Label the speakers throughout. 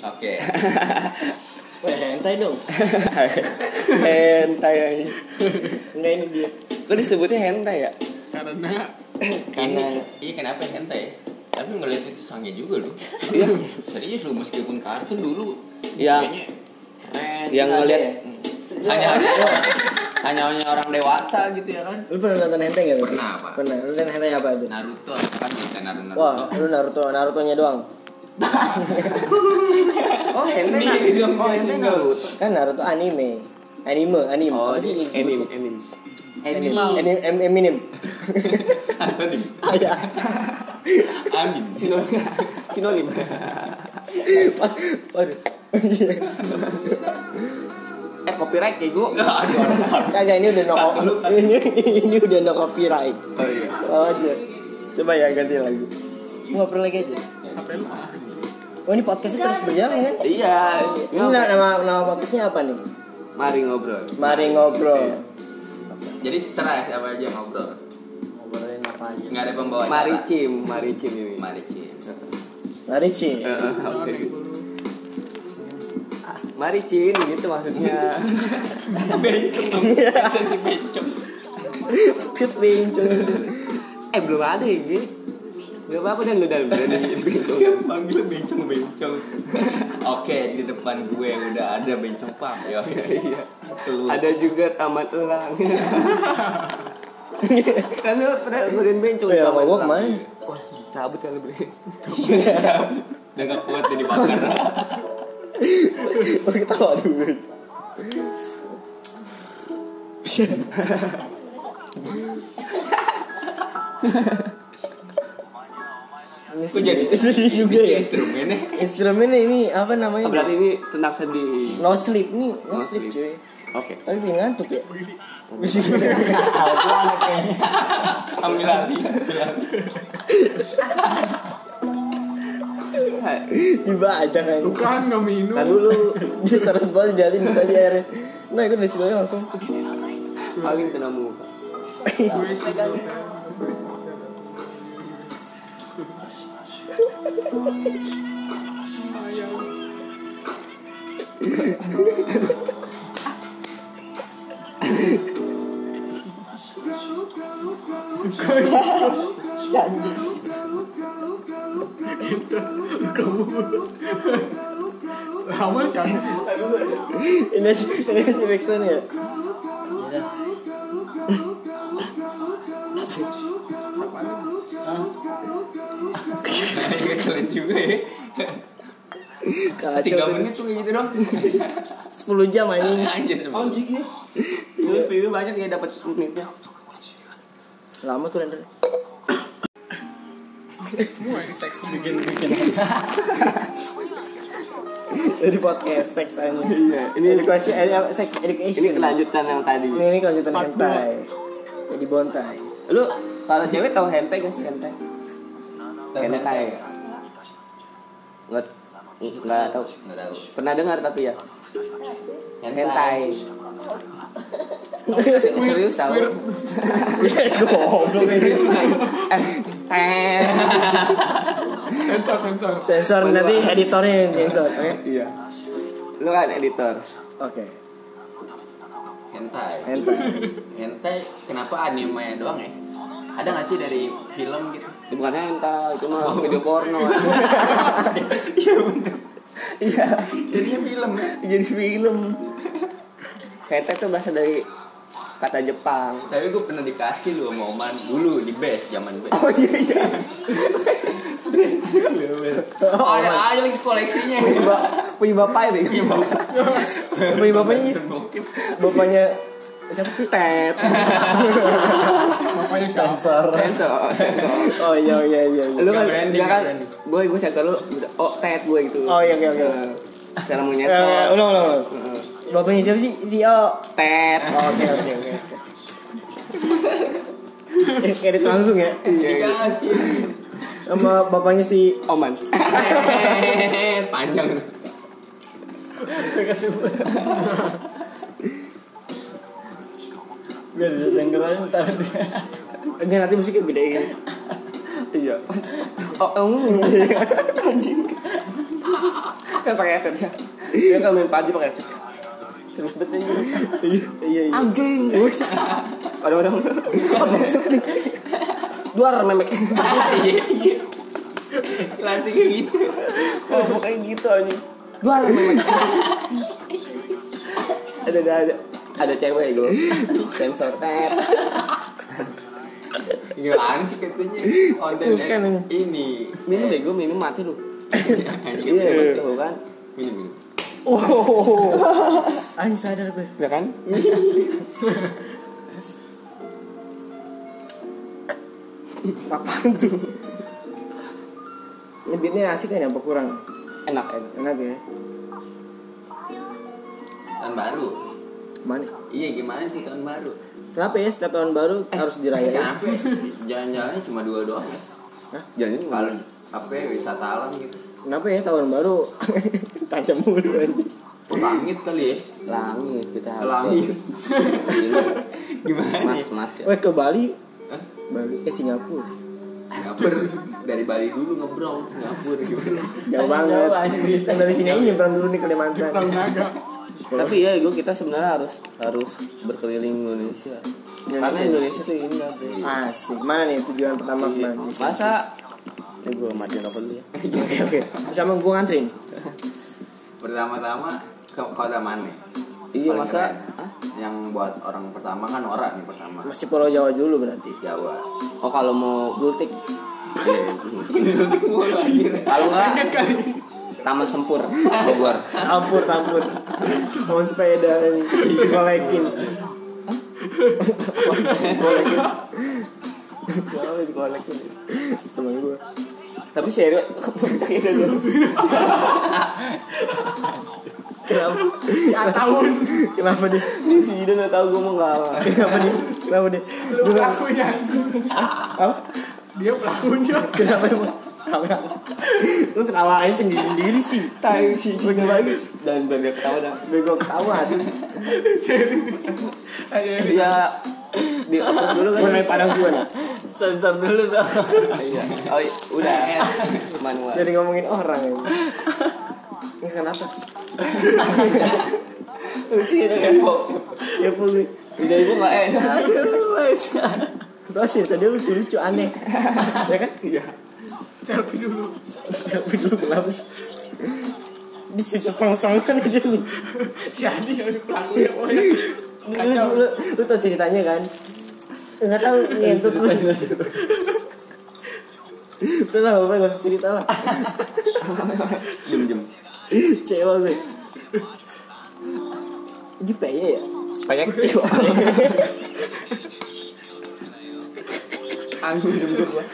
Speaker 1: Oke.
Speaker 2: Wah, hentai dong.
Speaker 3: hentai aja.
Speaker 2: Enggak ini dia.
Speaker 3: Kok disebutnya hentai ya?
Speaker 4: Karena
Speaker 1: Ini
Speaker 3: Karena
Speaker 1: iya kenapa hentai? Tapi ngeliat itu sange juga lu.
Speaker 3: Iya.
Speaker 1: Serius lu meskipun kartun dulu.
Speaker 3: Yang-
Speaker 1: kayaknya keren.
Speaker 3: yang
Speaker 2: Ada
Speaker 3: ngeliat
Speaker 2: ya?
Speaker 1: hanya hanya hanya hanya orang dewasa gitu ya kan.
Speaker 2: Lu pernah nonton hentai enggak?
Speaker 1: Pernah, Pak.
Speaker 2: Pernah. Lu nonton hentai apa itu?
Speaker 1: Naruto kan bisa Naruto.
Speaker 2: Wah,
Speaker 1: Naruto.
Speaker 2: lu Naruto, Naruto-nya doang.
Speaker 3: oh hentai nah.
Speaker 1: Sendiri dong,
Speaker 3: Oh hentai Naruto.
Speaker 2: Kan Naruto anime. Anime, anime.
Speaker 3: Oh,
Speaker 2: Apa sih
Speaker 3: ini anime,
Speaker 2: disebut?
Speaker 3: anime.
Speaker 4: animal.
Speaker 2: Anime, em- Eminem.
Speaker 1: Anonim.
Speaker 2: Ah, ya.
Speaker 1: Amin.
Speaker 3: Sinonim. Sinonim.
Speaker 2: Waduh.
Speaker 3: eh copyright kayak gue.
Speaker 2: Kagak ini udah no ini, ini udah no copyright.
Speaker 3: Oh iya.
Speaker 2: Oh, aja. Coba ya ganti lagu. Mau ngapain lagi aja?
Speaker 4: HP lu mahal.
Speaker 2: Oh ini podcastnya terus berjalan kan?
Speaker 3: Iya.
Speaker 2: Ini na- nama nama podcastnya apa nih?
Speaker 3: Mari ngobrol. Iya.
Speaker 2: Mari ngobrol.
Speaker 1: Jadi setelah siapa aja ngobrol?
Speaker 2: Ngobrolin apa aja?
Speaker 1: Nggak ada pembawa. acara.
Speaker 3: Mari cim, mari cim ini.
Speaker 1: Mari Cil.
Speaker 2: Mari Ci.
Speaker 3: Eh, eh,
Speaker 4: Jangan
Speaker 3: oke.
Speaker 4: nego lu.
Speaker 3: Ah, Mari cin gitu maksudnya.
Speaker 1: Bencong dong.
Speaker 3: Iya.
Speaker 1: Sesi bencong.
Speaker 2: Fit Wincung.
Speaker 3: eh belum ada ya Gi? Gak apa-apa dan lu dan berani gitu.
Speaker 1: Panggil bencong bencong. Oke, di depan gue udah ada bencong pam. Yo.
Speaker 3: Iya.
Speaker 1: Telur.
Speaker 3: Ada juga taman elang. kan lu pernah ngelirin bencong di
Speaker 2: Ya,
Speaker 3: taman
Speaker 2: mau
Speaker 3: elang.
Speaker 2: kemana?
Speaker 3: Wah, cabut kali beli.
Speaker 1: Udah nggak kuat jadi bakar.
Speaker 2: Oh, ketawa dulu. Iya
Speaker 1: Kok jadi
Speaker 2: sedih juga ya?
Speaker 1: Instrumennya.
Speaker 2: Instrumennya ini apa
Speaker 3: Iya
Speaker 2: namanya?
Speaker 3: Oh, berarti ini tentang sedih.
Speaker 2: No sleep nih, no,
Speaker 3: No
Speaker 2: sleep,
Speaker 3: sleep.
Speaker 2: cuy.
Speaker 3: Oke.
Speaker 2: Tapi pengen ngantuk ya.
Speaker 1: Ambil lari.
Speaker 2: Dibajak aja.
Speaker 4: Bukan nggak minum.
Speaker 3: Kan dulu
Speaker 2: Dia seret banget jahatin tadi airnya. Nah, ikut dari situ aja langsung.
Speaker 3: paling kena muka.
Speaker 4: Gue sih gak pengen. Ayam. Kamu lama sih
Speaker 2: Ini aja, ini aja back sound ya.
Speaker 1: Kayaknya Keselin juga ya.
Speaker 2: Kacau
Speaker 1: Tiga
Speaker 2: tuh.
Speaker 1: menit tuh kayak gitu dong.
Speaker 2: 10 jam anjing.
Speaker 1: Anjir. semua.
Speaker 3: ya. Ini view banyak ya dapat unitnya.
Speaker 2: Lama tuh render.
Speaker 4: Semua yang seks bikin
Speaker 2: Jadi podcast seks aja.
Speaker 3: Iya,
Speaker 2: Ini
Speaker 3: ini
Speaker 2: edukasi, ed, apa, seks education.
Speaker 3: ini kelanjutan yang tadi.
Speaker 2: Ini, ini kelanjutan
Speaker 4: Part
Speaker 2: hentai. Jadi bontai.
Speaker 3: Lu kalau cewek tahu hentai gak sih hentai? Hentai. Nggak nggak tahu.
Speaker 1: Nggak tahu.
Speaker 3: Pernah dengar tapi ya. Hentai. Serius tahu?
Speaker 2: Iya, Goblok ini.
Speaker 3: Eh, Teh.
Speaker 4: sensor sensor
Speaker 2: Sensor nanti editornya yang sensor, oke?
Speaker 3: Iya. Lu kan editor.
Speaker 2: Oke.
Speaker 1: Hentai.
Speaker 2: Hentai.
Speaker 1: Hentai kenapa anime doang ya? Ada nggak sih dari film gitu? Oh.
Speaker 3: Itu bukan hentai, itu mah video porno.
Speaker 1: Iya bener.
Speaker 3: Iya.
Speaker 1: Jadinya film ya.
Speaker 3: Jadi film. Hentai itu bahasa dari kata Jepang.
Speaker 1: Tapi gue pernah dikasih lu sama Oman dulu di base zaman base.
Speaker 3: Oh iya iya.
Speaker 1: Oh, ada aja lagi koleksinya.
Speaker 3: Punya ba- iya. punya bapak ya Bego?
Speaker 2: Bapaknya bapaknya ya? bapaknya siapa sih?
Speaker 3: Tet.
Speaker 4: Bapaknya siapa?
Speaker 2: Sensor.
Speaker 3: Sensor, sensor.
Speaker 2: Oh iya iya iya. iya.
Speaker 3: Lu kan
Speaker 4: branding,
Speaker 3: ya kan
Speaker 4: branding.
Speaker 3: gue gue sensor lu udah, oh tet gue gitu.
Speaker 2: Oh iya oke oke.
Speaker 3: Cara mau
Speaker 2: Eh,
Speaker 3: nyensor.
Speaker 2: ulang ulang. ulang. Bapaknya siapa sih? Si O.
Speaker 3: Tet.
Speaker 2: Oh, Oke oke oke. Eh, Edit langsung ya
Speaker 3: Iya. iya.
Speaker 1: Dikasih.
Speaker 2: sama bapaknya si
Speaker 3: Oman.
Speaker 1: Hehehe, Panjang.
Speaker 2: biar dengerin ntar dia. Enggak nanti musiknya gede kan.
Speaker 3: oh, Iya. Oh, em. anjing. oh. kan pakai headset ya dia kan main PUBG pakai headset serius banget ini
Speaker 2: Iya, iya, iya.
Speaker 3: anjing gue sih ada orang oh, masuk nih duar memek
Speaker 1: Iya iya. Langsung kayak gitu.
Speaker 3: oh, mukanya gitu anjing duar memek ada ada ada ada cewek gue sensor tet
Speaker 1: Gimana sih katanya konten
Speaker 2: Bukan, anjing.
Speaker 1: ini?
Speaker 3: minum ya gue minum mati lu
Speaker 1: Anjing.
Speaker 3: iya gue tahu kan
Speaker 1: Minum minum.
Speaker 2: Oh, anjing sadar gue.
Speaker 3: ya kan
Speaker 2: Apaan tuh? Ini beatnya asik kan ya, apa kurang?
Speaker 3: enak eh. enak
Speaker 2: Enak ya?
Speaker 1: Tahun baru.
Speaker 2: Mana?
Speaker 1: Iya gimana sih tahun baru?
Speaker 2: Kenapa ya setiap tahun baru
Speaker 3: Eh.
Speaker 2: harus dirayain?
Speaker 1: Kenapa? Jalan-jalannya cuma dua doang.
Speaker 3: jalannya
Speaker 1: Kalau apa ya, wisata alam gitu.
Speaker 2: Kenapa ya tahun baru tajam mulu anjing?
Speaker 1: Langit kali ya.
Speaker 3: langit kita harus
Speaker 1: Langit.
Speaker 3: Gila.
Speaker 1: Gimana?
Speaker 3: mas mas ya
Speaker 2: Weh ke Bali?
Speaker 1: Hah?
Speaker 2: Bali? Eh Singapura?
Speaker 1: Singapura dari Bali dulu ngebrong Singapura gimana?
Speaker 2: Jauh banget. Yang dari sini aja nyebrang dulu nih Kalimantan.
Speaker 4: Perang naga.
Speaker 3: tapi ya gue kita sebenarnya harus harus berkeliling Indonesia karena
Speaker 2: Indonesia.
Speaker 3: Indonesia tuh indah bro
Speaker 2: Asik. Mana nih tujuan pertama kemana?
Speaker 3: masa ini gue matiin rokok dulu ya
Speaker 2: Oke oke. Sama gue ngantri nih.
Speaker 1: Pertama-tama ke kota mana?
Speaker 3: iya
Speaker 1: Paling
Speaker 3: masa
Speaker 1: keren.
Speaker 3: Hah?
Speaker 1: Yang buat orang pertama kan orang nih pertama.
Speaker 2: Masih Pulau Jawa dulu berarti.
Speaker 1: Jawa.
Speaker 3: oh kalau mau gultik
Speaker 1: Mulu anjir.
Speaker 3: kalau enggak taman sempur Bogor
Speaker 2: Ampun ampun. Mohon sepeda nih. Kolekin. Kolekin. Temen gue.
Speaker 3: tapi serius ke puncak ya kan
Speaker 2: Kenapa?
Speaker 4: Ya tahun.
Speaker 2: Kenapa dia?
Speaker 3: ini si Jidan nggak tahu gue mau nggak
Speaker 2: Kenapa dia? Kenapa dia?
Speaker 4: Lu
Speaker 2: Gua nggak-
Speaker 4: pelakunya.
Speaker 2: Apa?
Speaker 4: Dia pelakunya.
Speaker 2: Kenapa emang? Kenapa? Lu ketawa aja sendiri-sendiri sih.
Speaker 3: tahu si Jidan lagi dan bebek tahu dah
Speaker 2: Bego ketawa.
Speaker 4: Jadi. Ayo.
Speaker 2: Iya.
Speaker 3: dia di dulu kan
Speaker 2: Mulai padang gue nih.
Speaker 3: sensor dulu tuh iya oh iya. udah Iya. manual
Speaker 2: Jadi ngomongin orang ini. Ini kenapa? Ya pulih.
Speaker 3: udah ibu nggak enak
Speaker 2: Soalnya sih tadi lucu-lucu aneh. ya kan? Iya.
Speaker 4: Selfie dulu.
Speaker 2: Tapi dulu kenapa sih? Di situ setengah-setengah kan dia nih.
Speaker 4: Si Adi yang pelakunya. Oh ya.
Speaker 2: Lu, lu,
Speaker 4: Kacau.
Speaker 2: lu, lu tau ceritanya kan? Enggak tahu ngentut lu. Udah lah, bapak gak usah cerita lah.
Speaker 3: jam jam
Speaker 2: Cewa gue. Di peye ya?
Speaker 3: kayak angin jembur gua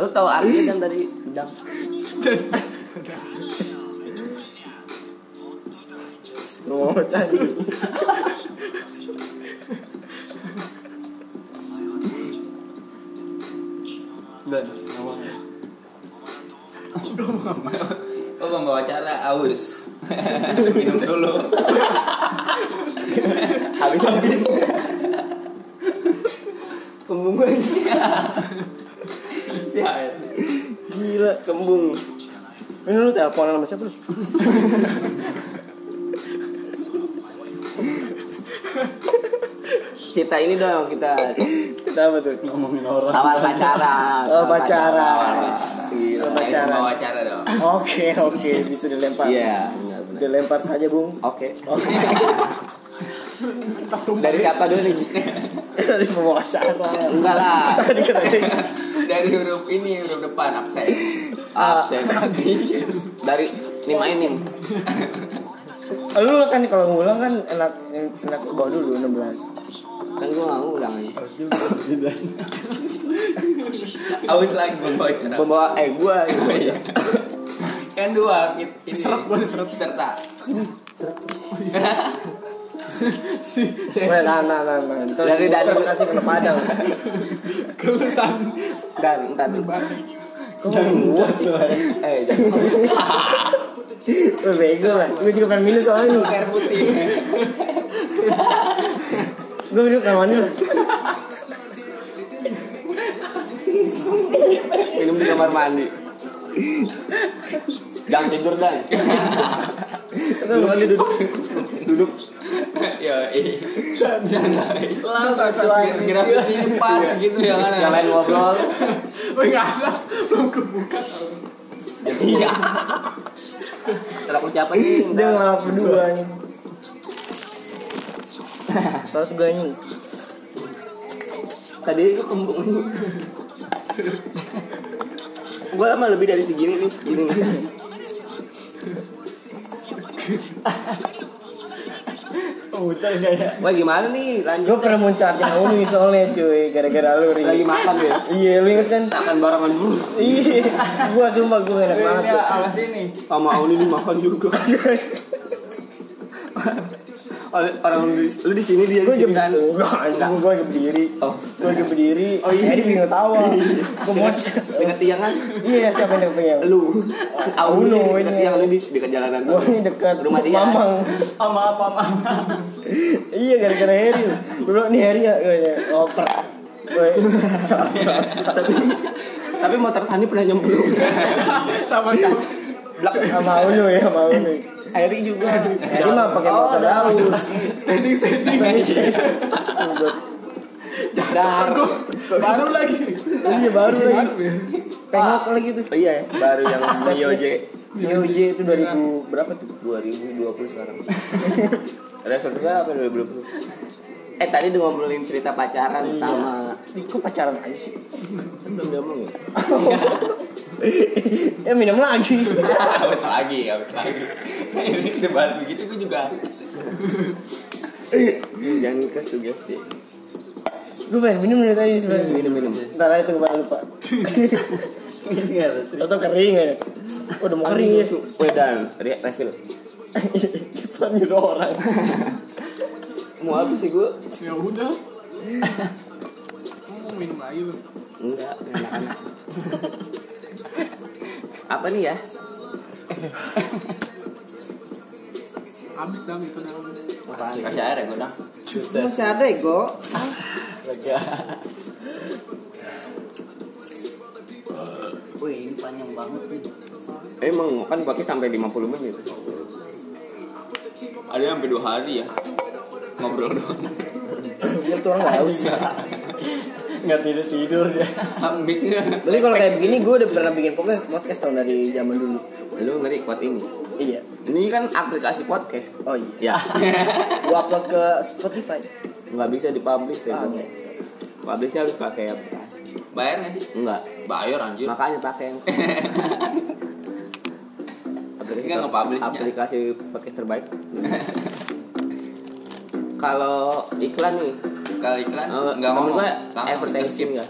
Speaker 3: lo tau arti kan tadi dang
Speaker 2: Ngomong candi.
Speaker 1: Oh pembawa acara aus. Minum dulu.
Speaker 3: habis habis kembung aja
Speaker 1: Si Air.
Speaker 2: Gila.
Speaker 3: kembung
Speaker 2: Ini lu teleponan sama siapa lu?
Speaker 3: cerita ini dong kita
Speaker 2: Kenapa tuh?
Speaker 4: Ngomongin orang.
Speaker 3: awal pacaran Iya,
Speaker 2: Oh, pacaran.
Speaker 3: Gila.
Speaker 2: Awal pacaran.
Speaker 1: Pembawa acara dong.
Speaker 2: Oke, oke. Bisa dilempar.
Speaker 3: iya benar benar
Speaker 2: Dilempar saja, Bung.
Speaker 3: oke
Speaker 2: Oke.
Speaker 3: dari siapa dulu nih
Speaker 2: Dari pembawa acara.
Speaker 3: enggak lah
Speaker 2: Tadi kata dia.
Speaker 1: Dari huruf ini huruf depan absen.
Speaker 2: Ah.
Speaker 3: absen dari nim aja nim
Speaker 2: Lu kan kalau ngulang kan enak enak bawa dulu 16.
Speaker 3: kan gua nggak ngulang aja
Speaker 1: Aus lagi pembawa acara.
Speaker 3: pembawa eh gua gitu aja
Speaker 1: Kan dua it- ini.
Speaker 4: Seret gua nih, seret.
Speaker 1: Peserta.
Speaker 4: Si. si-
Speaker 2: Wah, nah, nah, nah, nah. Ntar
Speaker 3: Dari
Speaker 2: gua
Speaker 3: Dani.
Speaker 2: kasih ke Padang.
Speaker 4: Kelulusan.
Speaker 3: dan ntar
Speaker 2: Kok gua sih?
Speaker 3: eh jangan
Speaker 2: Lu bego lah. Gua juga pengen minum soalnya nih.
Speaker 1: Air putih.
Speaker 2: Gua minum kamar mandi lah.
Speaker 3: minum di kamar mandi Jangan tidur dan. Duluan dia duduk. Duduk.
Speaker 1: Ya, iya. Selalu
Speaker 2: satu
Speaker 1: satu
Speaker 2: lagi. Iya.
Speaker 1: grafis ini pas gitu ya kan.
Speaker 3: Yang lain ngobrol.
Speaker 4: Woi nggak ada, belum kebuka.
Speaker 3: Iya. Terus siapa nih?
Speaker 2: Dia ngelap berdua anjing. Sholat gue anjing.
Speaker 3: Tadi itu kembung. Gue lama lebih dari segini nih, segini.
Speaker 4: Hutan nggak ya?
Speaker 3: Wah gimana nih?
Speaker 2: Gue
Speaker 3: Lanjut.
Speaker 2: pernah muncatin Umi soalnya cuy, gara-gara lu
Speaker 3: Lagi
Speaker 2: ri.
Speaker 3: makan ya.
Speaker 2: Iya, lu inget kan?
Speaker 3: Makan barengan dulu.
Speaker 2: Iya, gua sumpah gua enak banget.
Speaker 4: Ini alas ini.
Speaker 3: Sama Auni dimakan juga. Orang orang lu di- lu di sini dia
Speaker 2: Gue
Speaker 3: di
Speaker 2: jam
Speaker 3: sini kan.
Speaker 2: enggak, anjing gue lagi berdiri.
Speaker 3: Oh.
Speaker 2: Gue lagi berdiri.
Speaker 3: Oh, iya.
Speaker 2: Jadi bingung tawa. Gue mau
Speaker 3: Dekat tiang kan?
Speaker 2: Iya, siapa yang punya?
Speaker 3: Lu. Auni
Speaker 2: Aunu
Speaker 3: dekat
Speaker 2: ini.
Speaker 3: tiang lu di dekat jalanan.
Speaker 2: Gue ini dekat
Speaker 3: Rumah dia.
Speaker 2: Mamang.
Speaker 4: Sama apa mama?
Speaker 2: Iya, gara-gara Heri. Gue bilang nih Heri ya kayaknya. Oper. Gue salah salah.
Speaker 3: Tapi tapi motor Sani pernah nyemplung.
Speaker 4: Sama siapa?
Speaker 3: Blak.
Speaker 2: Sama Unu ya, sama
Speaker 3: Iya,
Speaker 2: Unu.
Speaker 3: Eri juga.
Speaker 2: Heri mah pakai
Speaker 3: Oh,
Speaker 2: motor
Speaker 3: daun.
Speaker 2: daus.
Speaker 4: Standing standing.
Speaker 2: "Iya."
Speaker 3: Dar.
Speaker 4: Baru lagi.
Speaker 2: Iya, baru lagi.
Speaker 4: Baru ya?
Speaker 2: Tengok lagi tuh.
Speaker 3: Oh iya, ya, baru yang Mio J
Speaker 2: Neo J itu 2000 berapa tuh?
Speaker 3: 2020 sekarang. Ada ya, saudara apa 2020? Eh tadi udah ngobrolin cerita pacaran sama
Speaker 2: Ih, Kok pacaran aja sih?
Speaker 3: Iya. belum ngomong ya?
Speaker 2: ya minum lagi.
Speaker 1: Awet lagi,
Speaker 3: ya,
Speaker 1: awet lagi. Ini debat begitu gue juga.
Speaker 3: Jangan ke sugesti.
Speaker 2: Gue pengen minum dari tadi sebenarnya.
Speaker 3: Minum minum.
Speaker 2: Ntar aja tunggu lupa. Atau kering ya. Udah mau kering ya.
Speaker 3: Wedan, Ria refill.
Speaker 2: Cepat nyuruh orang.
Speaker 3: Mau habis sih gue?
Speaker 4: Ya udah. Mau minum lagi lu.
Speaker 3: Enggak, anak-anak. Apa nih ya?
Speaker 4: Habis dah itu dalam.
Speaker 3: Apaan?
Speaker 1: Kasih air ya gue dong.
Speaker 3: Masih ada ego.
Speaker 1: Lega. Wih, ini panjang banget nih.
Speaker 3: Emang kan pakai sampai 50 menit.
Speaker 1: Ada yang sampai dua hari ya. Ngobrol doang.
Speaker 2: Dia Iya, tuh orang haus.
Speaker 4: Nggak tidur tidur ya.
Speaker 1: Sambitnya.
Speaker 2: Tapi kalau kayak begini gue udah pernah bikin podcast podcast tahun dari zaman dulu.
Speaker 3: Lu nge-record ini.
Speaker 2: Iya.
Speaker 3: Ini kan aplikasi podcast.
Speaker 2: Oh iya.
Speaker 3: Ya,
Speaker 2: Gue upload ke Spotify.
Speaker 3: nggak bisa dipublish ya.
Speaker 2: Ah,
Speaker 3: Bang.
Speaker 2: oke.
Speaker 3: Publishnya harus pakai aplikasi.
Speaker 1: Bayar nggak sih?
Speaker 3: Enggak.
Speaker 1: Bayar anjir.
Speaker 3: Makanya pakai yang aplikasi,
Speaker 1: Nggak nge-publishnya.
Speaker 3: aplikasi podcast terbaik. Kalau iklan nih,
Speaker 1: Kalau iklan
Speaker 3: eh,
Speaker 1: nggak
Speaker 3: temen
Speaker 1: mau
Speaker 3: gua
Speaker 1: langsung
Speaker 3: advertising
Speaker 1: skip.
Speaker 3: ya.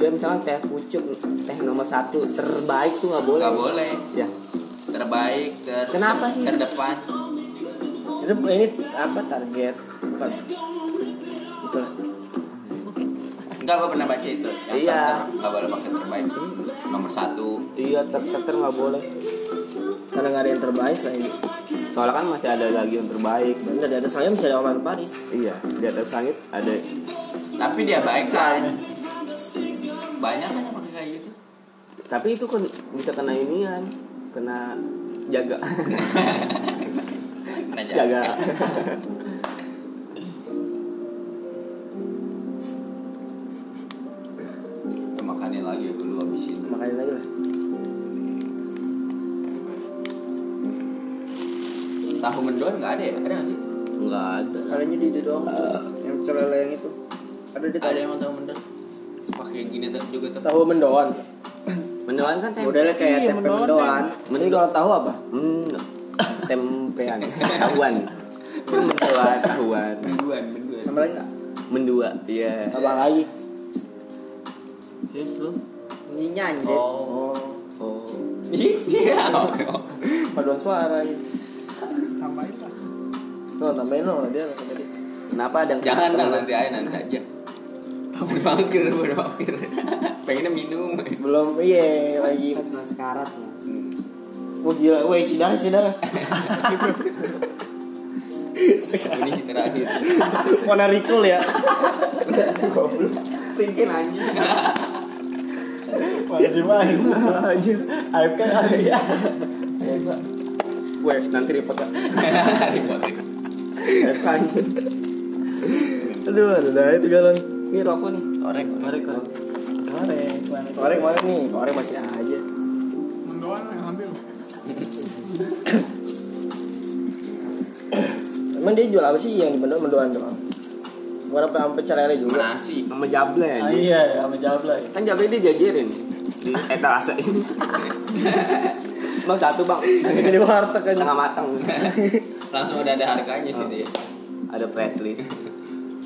Speaker 3: Dia misalnya teh pucuk, teh nomor satu terbaik tuh nggak boleh.
Speaker 1: Nggak boleh.
Speaker 3: Ya,
Speaker 1: Terbaik, ter
Speaker 3: Kenapa sih?
Speaker 1: Terdepan.
Speaker 2: Itu ini apa target? Apa? Itulah.
Speaker 1: Enggak, gue pernah baca itu. Yang
Speaker 3: Iya.
Speaker 1: ter- Nggak boleh pakai terbaik. Nomor satu.
Speaker 3: iya ter ter- ter nggak boleh.
Speaker 2: Karena nggak ada yang terbaik selain itu.
Speaker 3: Soalnya kan masih ada lagi yang terbaik.
Speaker 2: Bener, di atas saya bisa ada Omar Paris.
Speaker 3: Iya, di atas langit ada
Speaker 1: Tapi dia baik kan.
Speaker 3: Iya.
Speaker 1: Banyak kan yang pakai kayak gitu.
Speaker 3: tapi itu kan bisa kena inian kena jaga
Speaker 1: Nah,
Speaker 3: jaga
Speaker 1: Ya, makannya lagi dulu habisin.
Speaker 2: Makan lagi lah.
Speaker 1: Tahu mendon nggak ada ya? Ada nggak sih?
Speaker 3: nggak ada
Speaker 2: Kalian jadi itu doang. Yang celele yang itu. Ada di
Speaker 1: Ada yang mau tahu mendon? Pakai gini tuh juga tuh.
Speaker 2: tahu mendoan.
Speaker 3: mendoan kan tempe
Speaker 2: Modelnya kayak tempe Iya, mendoan. Mending kalau tahu apa?
Speaker 3: hmm tempean tahuan Kan mendua tahuan
Speaker 1: Menduan, menduan.
Speaker 2: Tambah lagi nggak?
Speaker 3: mendua iya
Speaker 2: Tambah lagi.
Speaker 3: Serius lu
Speaker 2: Ini nyanyi.
Speaker 3: Eh.
Speaker 1: Oh.
Speaker 3: oh
Speaker 1: Iya. oke.
Speaker 2: Paduan suara gitu.
Speaker 4: Tambahin lah.
Speaker 2: Lo tambahin lo lah dia lah tadi.
Speaker 3: kenapa ada yang
Speaker 1: Jangan lah nanti aja nanti aja. Udah mangkir, udah mangkir. Pengennya minum.
Speaker 2: Belum iya lagi.
Speaker 3: sekarat Hmm,
Speaker 2: Wah gila, weh sidara sidara.
Speaker 1: Ini kita terakhir.
Speaker 2: Warna recall ya.
Speaker 3: bikin anjing
Speaker 4: Malah dimain. Anjir. Aib kan ada ya.
Speaker 3: Gue nanti repot ya.
Speaker 1: Repot, repot.
Speaker 2: Aduh, ada dah itu galon.
Speaker 3: Ini rokok nih.
Speaker 1: Korek, korek, korek.
Speaker 4: Korek. korek.
Speaker 2: Korek mana nih? Korek masih aja.
Speaker 4: Mendoan yang ambil.
Speaker 2: Emang dia jual apa sih yang di mendoan mendoan doang? Bukan apa sampai celele juga.
Speaker 1: Nasi.
Speaker 3: Sama jable
Speaker 4: Ah,
Speaker 3: aja.
Speaker 4: iya, sama jawab
Speaker 3: Kan jable dia jajarin di etalase. bang satu bang.
Speaker 2: Kayak di warteg kan.
Speaker 3: Setengah matang.
Speaker 1: Langsung udah ada harganya sih dia.
Speaker 3: Ada price list.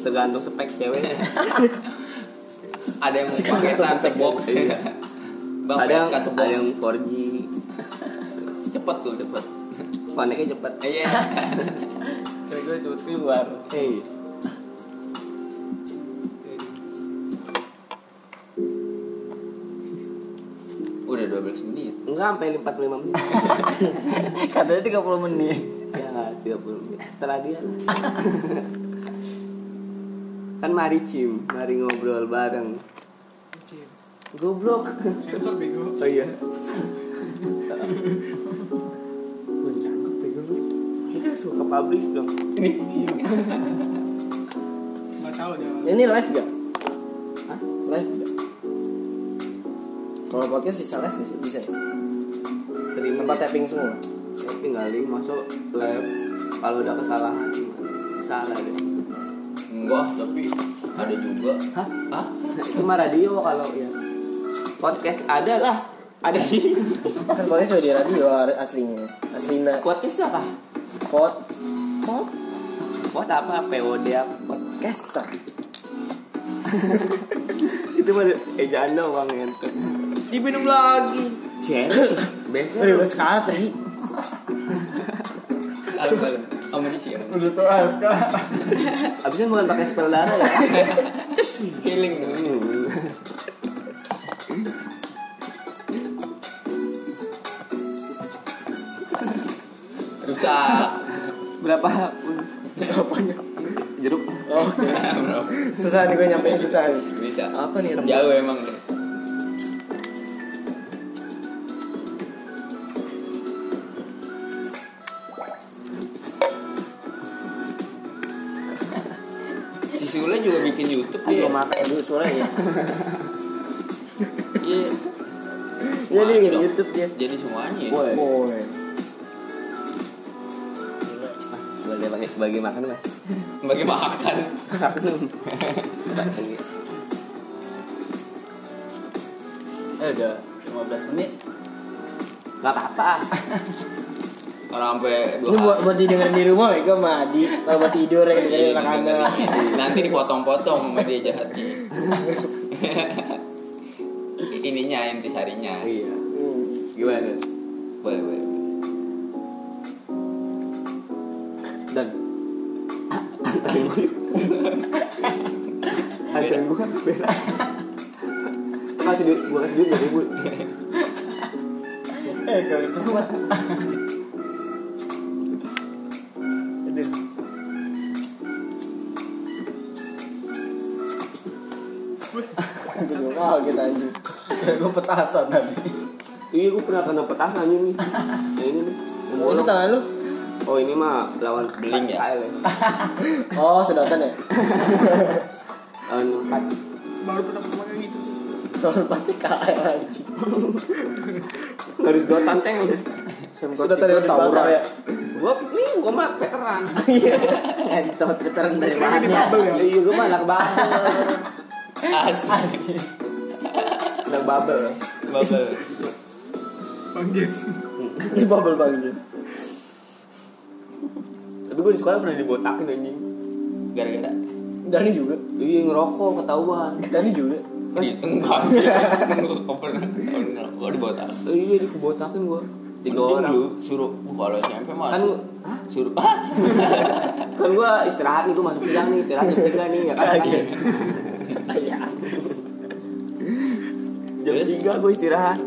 Speaker 3: Tergantung spek cewek.
Speaker 1: Ada yang mau
Speaker 2: Si kakak
Speaker 1: paketan
Speaker 2: sampai
Speaker 1: sebox.
Speaker 3: Iya.
Speaker 1: Bang
Speaker 3: ada yang
Speaker 1: PSK sebox.
Speaker 3: ada yang 4G.
Speaker 1: Cepet tuh, cepet.
Speaker 3: Koneknya cepet.
Speaker 1: Iya.
Speaker 4: Kira gue cepet keluar.
Speaker 3: Eh,
Speaker 1: Udah 12 menit.
Speaker 3: enggak sampai 45 menit.
Speaker 4: Katanya 30 menit.
Speaker 3: ya 30 menit setelah dia lah. kan mari cim mari ngobrol bareng goblok
Speaker 4: Sensor bego.
Speaker 3: oh iya Wih, cakep ya, goblok. Ini suka publish dong
Speaker 4: Enggak tahu dia.
Speaker 2: Ini live gak?
Speaker 3: Hah?
Speaker 2: Live gak? Kalau podcast bisa live gak sih? Bisa ya?
Speaker 3: sering ya,
Speaker 2: Tempat tapping semua
Speaker 3: tinggalin masuk lab kalau udah kesalahan salah deh
Speaker 1: Enggak, tapi ada juga.
Speaker 3: hah
Speaker 1: Hah?
Speaker 3: itu mah radio kalau ya podcast ada lah ada di
Speaker 2: Kan podcast sudah di radio har- aslinya Aslinya
Speaker 3: podcast itu apa
Speaker 2: Pod Pod
Speaker 3: Pot apa? POD apa? Pot.
Speaker 2: Caster
Speaker 3: Itu mah eh, ejaan doang ente.
Speaker 2: Diminum lagi
Speaker 3: Jerry.
Speaker 2: Udah
Speaker 3: Biasanya
Speaker 2: udah sekarat tadi
Speaker 1: Kalau kalau amunisi ya.
Speaker 4: Udah tuh AFK.
Speaker 3: abisnya bukan pakai spell darah ya.
Speaker 1: Healing dulu. Rusak.
Speaker 3: Berapa uns? Berapanya? Jeruk.
Speaker 2: Oke
Speaker 1: Bro,
Speaker 2: Susah nih gue nyampein susah nih
Speaker 1: Bisa.
Speaker 2: Apa nih rem-
Speaker 1: Jauh emang. Si Sule juga bikin YouTube
Speaker 2: Iya
Speaker 1: dia.
Speaker 2: makanya dulu suara ya
Speaker 1: Iya.
Speaker 2: Jadi
Speaker 1: Wah, dong.
Speaker 2: Youtube Iya, dia
Speaker 1: Jadi semuanya.
Speaker 3: Woi.
Speaker 2: Boy
Speaker 3: Sebagai pakai sebagai makan mas.
Speaker 1: Bagi makan.
Speaker 3: Bagi.
Speaker 4: Eh udah 15 menit.
Speaker 3: Gak apa-apa.
Speaker 1: Kalau sampai dua
Speaker 2: Ini buat,
Speaker 1: hari.
Speaker 2: buat didengerin di rumah ya gue mah Di Kalau buat tidur ya dengerin anak-anak
Speaker 1: nanti dipotong-potong sama dia jahatnya. Ininya intisarinya.
Speaker 3: Iya.
Speaker 2: Hmm.
Speaker 3: Gimana?
Speaker 1: Boleh, boleh.
Speaker 3: Dan antarin gue. antarin
Speaker 2: kan
Speaker 3: gue. Bela. Kasih duit, gue kasih duit dari ibu.
Speaker 2: Eh kalau itu mah Aduh Anjing gue kaget anjing
Speaker 4: Kira gue petasan tadi.
Speaker 3: Iya, gue pernah kena petasan ini. Yang ini nih. Yang
Speaker 2: Oh, Itu
Speaker 3: bolong.
Speaker 2: tangan lu?
Speaker 3: Oh ini mah lawan
Speaker 1: Beling
Speaker 3: KL
Speaker 1: ya?
Speaker 2: Oh sedotan ya?
Speaker 3: Lawan empat.
Speaker 4: Baru pernah pakai gitu.
Speaker 2: Kalau pasti KL anjing
Speaker 3: Harus dua tanteng.
Speaker 2: Sedotan dari tawuran ya?
Speaker 3: Gua nih gua mah veteran.
Speaker 2: Iya Ngentot keteran dari bahannya
Speaker 3: Iya gua mah anak bubble.
Speaker 1: Asik.
Speaker 3: Anak bubble.
Speaker 1: Bubble.
Speaker 4: Bang Jim.
Speaker 2: Ini bubble bang Jin.
Speaker 3: Tapi gua di sekolah pernah dibotakin anjing.
Speaker 1: Gara-gara.
Speaker 2: Dani juga
Speaker 3: Iya ngerokok ketahuan.
Speaker 2: Dani juga
Speaker 1: Di- Enggak. Enggak pernah. Enggak. Gua dibotak.
Speaker 3: Iya dikebotakin gua. Tiga
Speaker 1: Mending
Speaker 3: orang.
Speaker 1: lu suruh kalau SMP mah
Speaker 3: Kan
Speaker 1: su-
Speaker 3: gua
Speaker 1: suruh ah
Speaker 3: kan gua istirahat nih gua masuk siang nih istirahat jam tiga nih ya kan. kan ya.
Speaker 2: Iya
Speaker 3: Jam
Speaker 1: Terus?
Speaker 3: tiga gua istirahat.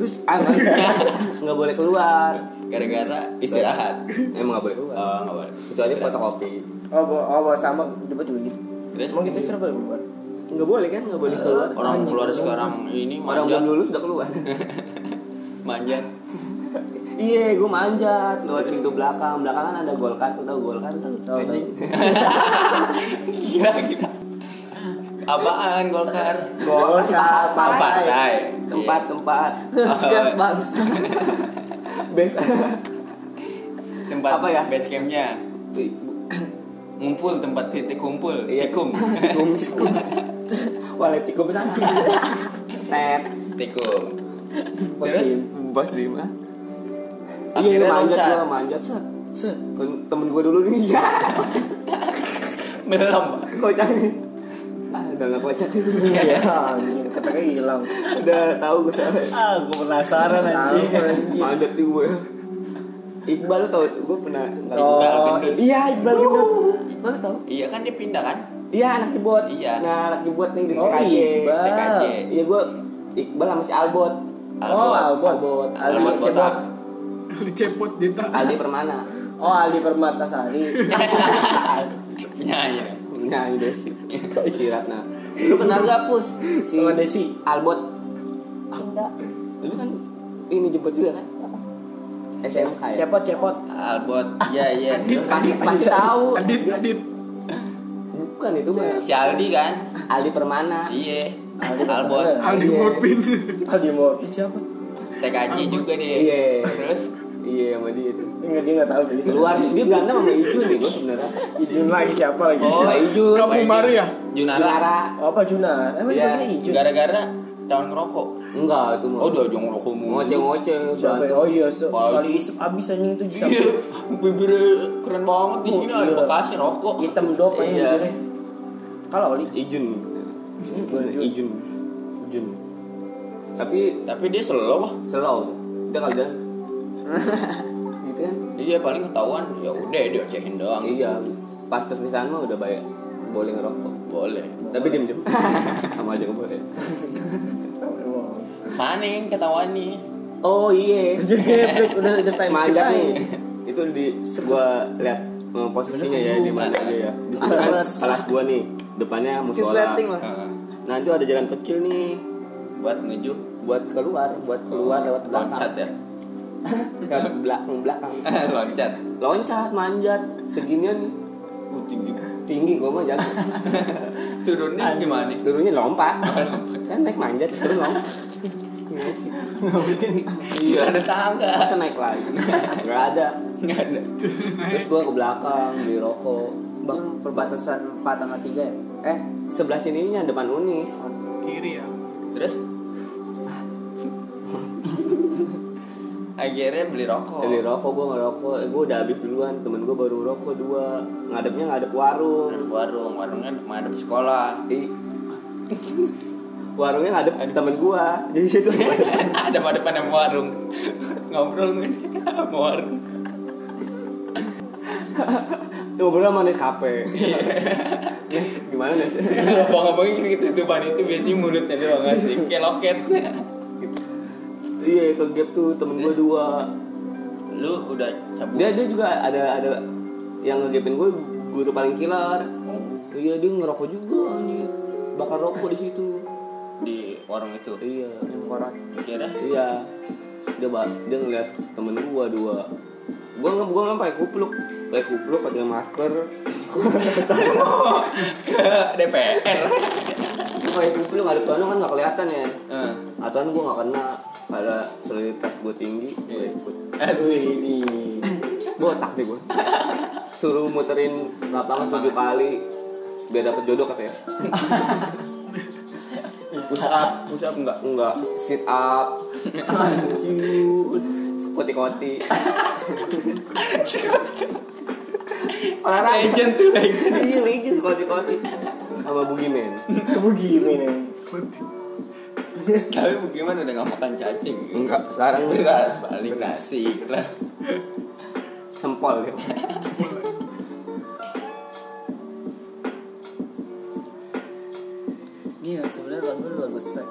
Speaker 3: Terus ah nggak- nggak boleh keluar.
Speaker 1: gara-gara istirahat.
Speaker 3: Emang nggak boleh
Speaker 1: Oh,
Speaker 3: keluar.
Speaker 1: enggak boleh.
Speaker 3: Iya. Kecuali fotokopi.
Speaker 2: Oh, bawa- oh bawa sama Dapat juga gitu
Speaker 1: Terus?
Speaker 2: Emang kita serba keluar
Speaker 3: nggak boleh kan nggak boleh keluar
Speaker 1: Orang keluar sekarang ini
Speaker 3: orang belum
Speaker 1: manja.
Speaker 3: lulus udah keluar
Speaker 1: Manja.
Speaker 3: iya gue manjat lewat pintu belakang belakangan ada golkar tuh tau golkar kan
Speaker 2: Tahu,
Speaker 3: anjing
Speaker 1: Gila gila. Apaan Golkar?
Speaker 2: Golkar,
Speaker 1: Partai.
Speaker 3: tempat tempat
Speaker 1: Gas
Speaker 3: bangsa best
Speaker 1: Iya, Tempat
Speaker 3: Apa ya?
Speaker 1: Base campnya. Ngumpul tempat titik kumpul.
Speaker 3: Iya.
Speaker 1: Tikum.
Speaker 3: tikum tikum walet tikum sana net
Speaker 1: Tikum.
Speaker 2: Terus?
Speaker 3: bos lima iya
Speaker 1: Akhirnya
Speaker 3: manjat
Speaker 1: loncat.
Speaker 3: gue manjat set
Speaker 2: Set.
Speaker 3: Temen- temen gue dulu nih ya
Speaker 1: Belum.
Speaker 3: kocak nih ah udah nggak kocak
Speaker 2: Iya, anjing, katanya hilang.
Speaker 3: udah tahu gue soalnya
Speaker 4: Ah, gue penasaran anjing.
Speaker 2: Sama, anjing.
Speaker 3: manjat tuh gue Iqbal lu tau gue pernah nggak
Speaker 1: Oh,
Speaker 3: Iqbal,
Speaker 1: Gendut.
Speaker 3: iya Iqbal
Speaker 2: gitu.
Speaker 3: gendut Iqbal lu tau
Speaker 1: Iya kan dia pindah kan?
Speaker 3: iya anak jebot
Speaker 1: Iya.
Speaker 3: nah anak jebot nih di
Speaker 2: Oh,
Speaker 3: PKJ.
Speaker 2: Iqbal.
Speaker 1: TKJ.
Speaker 3: iya gue Iqbal sama si Albot Oh,
Speaker 1: Albot.
Speaker 2: Oh, Albot.
Speaker 3: Albot
Speaker 2: Albot
Speaker 3: Albot
Speaker 1: botak.
Speaker 3: Cebot.
Speaker 4: Lu cepot Dita.
Speaker 3: Aldi Permana
Speaker 2: Oh, Ali Permatasari.
Speaker 1: Punya ya.
Speaker 3: nah ini Desi si Ratna lu kenal gak Pus si
Speaker 2: Sama Desi.
Speaker 3: Albot
Speaker 5: enggak
Speaker 3: lu kan ini jebot juga kan SMK ya
Speaker 2: Cepot, cepot.
Speaker 1: Albot. Iya iya.
Speaker 3: pasti pasti tahu
Speaker 4: Adit, Adit.
Speaker 3: bukan itu mah
Speaker 1: Si Aldi kan?
Speaker 3: Aldi Permana
Speaker 1: Iya.
Speaker 2: Aldi.
Speaker 1: Albot.
Speaker 4: Aldi
Speaker 3: Iya.
Speaker 4: Morpin.
Speaker 2: Ali mau siapa?
Speaker 1: TKJ juga dia.
Speaker 3: Iya.
Speaker 1: Terus
Speaker 3: iya sama dia itu
Speaker 2: Enggak dia enggak tahu tadi.
Speaker 3: keluar dia berantem sama Ijun nih gue sebenarnya
Speaker 2: Ijun lagi siapa lagi?
Speaker 1: Oh,
Speaker 3: Sama Ijun
Speaker 4: Kamu baru ya?
Speaker 1: Junara.
Speaker 3: Lara
Speaker 2: Oh, apa Junar? Emang
Speaker 3: Iya.
Speaker 2: dia panggilnya Ijun.
Speaker 1: Gara-gara tahun ngerokok.
Speaker 3: enggak itu mah
Speaker 1: Oh, dia aja ngerokok mulu.
Speaker 3: ngoceh ngoceh
Speaker 2: Siapa? ya?
Speaker 3: berantem
Speaker 2: Oh iya, se-
Speaker 1: Waduh.
Speaker 2: sekali isep abis anjing itu bisa
Speaker 1: Iya, bibirnya keren banget di sini ada
Speaker 2: Iya.
Speaker 1: Bekasi rokok.
Speaker 2: hitam dop aja
Speaker 1: Iya.
Speaker 2: bibirnya. Kalau Oli
Speaker 3: Ijun
Speaker 2: Ijun.
Speaker 3: Ijun Ijun tapi
Speaker 1: Tapi dia slow lah.
Speaker 3: slow tuh. dia kalau jalan gitu kan
Speaker 1: Jadi dia paling ketahuan ya udah dia ocehin doang.
Speaker 3: iya pas perpisahan mah udah banyak boleh ngerokok
Speaker 1: Boleh.
Speaker 3: tapi diem diem sama aja ya. nggak boleh
Speaker 1: Maning ketahuan nih.
Speaker 3: oh iya
Speaker 2: Dia geblek, udah udah time
Speaker 3: manjat
Speaker 2: skip
Speaker 3: nih
Speaker 2: aja.
Speaker 3: itu di gua lihat eh, posisinya ya di mana aja ya di sini kan
Speaker 2: Alas.
Speaker 3: kelas gua nih depannya musola
Speaker 5: Resleting lah
Speaker 1: Heeh.
Speaker 3: nah itu ada jalan kecil nih
Speaker 1: buat menuju
Speaker 3: buat keluar buat keluar lewat belakang
Speaker 1: loncat ya.
Speaker 3: lewat belakang belakang
Speaker 1: loncat.
Speaker 3: loncat manjat seginian nih
Speaker 1: Uh, tinggi.
Speaker 3: tinggi gua mah jalan
Speaker 1: Turunnya gimana?
Speaker 3: turunnya lompat kan naik manjat turun lompat Gimana sih?
Speaker 1: Iya, ada tangga.
Speaker 3: masa naik lagi nggak ada
Speaker 1: Enggak ada.
Speaker 3: terus gua ke belakang beli rokok
Speaker 5: bang
Speaker 3: bang
Speaker 5: perbatasan 4 sama 3 ya
Speaker 3: eh sebelah sininya depan unis
Speaker 4: Kiri ya.
Speaker 1: Terus akhirnya beli rokok.
Speaker 3: Beli rokok gue ngerokok, eh, gue udah habis duluan. Temen gue baru ngerokok dua, ngadepnya ngadep warung.
Speaker 1: warung warungnya madep sekolah
Speaker 3: Ih. Warungnya ngadep temen gue, jadi situ
Speaker 1: ada madepan yang warung ngobrol nih sama warung
Speaker 3: ngobrol sama nih kape.
Speaker 1: Iya.
Speaker 3: Nes, gimana Nes?
Speaker 1: ngomong-ngomongin gitu tutupan itu biasanya mulutnya doang ngasih kayak loket
Speaker 3: Iya ke gap tuh temen gue dua.
Speaker 1: lu udah cabut
Speaker 3: Dia dia juga ada ada yang ngegapin gue guru paling killer.
Speaker 1: Oh.
Speaker 3: Iya dia ngerokok juga anjir. Bakar rokok di situ.
Speaker 1: di warung itu
Speaker 3: Iya.
Speaker 5: yang koran
Speaker 1: kira
Speaker 3: Iya. Dia ba- dia ngeliat temen gua dua. Gua nggak gua nggak pakai kupluk, pakai kupluk pakai masker.
Speaker 1: ke DPR
Speaker 3: pakai kupluk ada tuan kan nggak kelihatan ya. Aturan gua nggak kena karena soliditas gua tinggi, gua ikut.
Speaker 1: Asik.
Speaker 3: ini. Gua otak deh gua. Suruh muterin lapangan tujuh kali biar dapet jodoh katanya. push up, push up enggak? Enggak. Sit up. Anjir. Sekoti-koti. Olahraga.
Speaker 1: legend tuh legend
Speaker 3: Iya, legend sekoti-koti. Sama Bugiman.
Speaker 2: Kamu gimana?
Speaker 1: tapi bagaimana udah nggak makan cacing
Speaker 3: Enggak, sekarang
Speaker 1: beras paling nasi lah
Speaker 3: sempol ya.
Speaker 5: ini sebenarnya lagu lu lagu set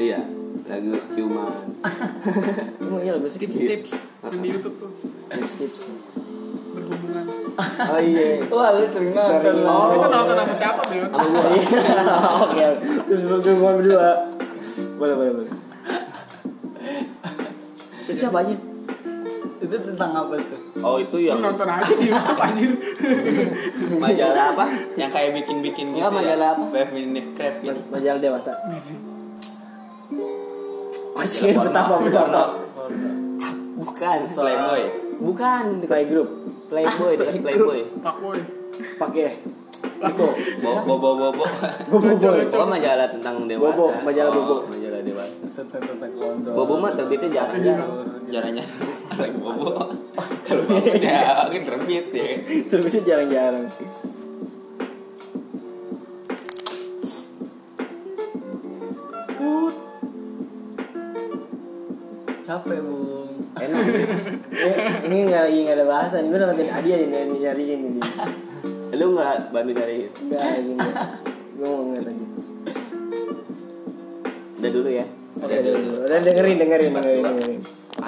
Speaker 3: Iya, lagu ciuman.
Speaker 2: Emang iya lagu sakit
Speaker 4: Tips-tips yang di YouTube tuh
Speaker 2: tips tips.
Speaker 4: berhubungan.
Speaker 3: Oh iya.
Speaker 5: Wah lu sering nonton
Speaker 2: Sering.
Speaker 5: lu.
Speaker 2: Oh.
Speaker 4: Itu nonton sama siapa deh?
Speaker 2: Oke. Terus cuma berdua. Boleh boleh boleh.
Speaker 5: Itu siapa aja? Itu tentang apa tuh?
Speaker 1: Oh itu
Speaker 4: Lu
Speaker 1: yang
Speaker 4: nonton aja di YouTube anjir.
Speaker 1: majalah apa? Yang kayak bikin-bikin gitu.
Speaker 3: Enggak, majalah apa?
Speaker 1: Feminine Craft gitu.
Speaker 2: Majalah dewasa. Masih betapa betapa.
Speaker 3: Bukan.
Speaker 1: Playboy.
Speaker 3: Bukan.
Speaker 2: Play group.
Speaker 3: Playboy, dekat Playboy.
Speaker 4: Pak boy.
Speaker 2: Pakai. Niko.
Speaker 1: Bo bo bo bo. bo.
Speaker 2: Bobo boy.
Speaker 3: Oh majalah tentang dewasa.
Speaker 2: Bobo, majalah Bobo.
Speaker 3: Oh, majalah dewasa.
Speaker 5: Tentang tentang kondom.
Speaker 3: Bobo mah terbitnya jarang-jarang.
Speaker 1: Jaranya lagi bobo. Kalau bobo ya mungkin terbit ya.
Speaker 2: Terusnya jarang-jarang.
Speaker 5: Capek bung.
Speaker 3: Enak.
Speaker 2: Ini, ini nggak lagi nggak ada bahasan. Gue nonton Adi aja nyari nyariin ini.
Speaker 3: Lu nggak bantu dari
Speaker 2: Nggak lagi nggak. Gue mau ngeliat aja.
Speaker 3: udah dulu ya.
Speaker 2: Udah, udah, udah. Udah dengerin dengerin dengerin dengerin.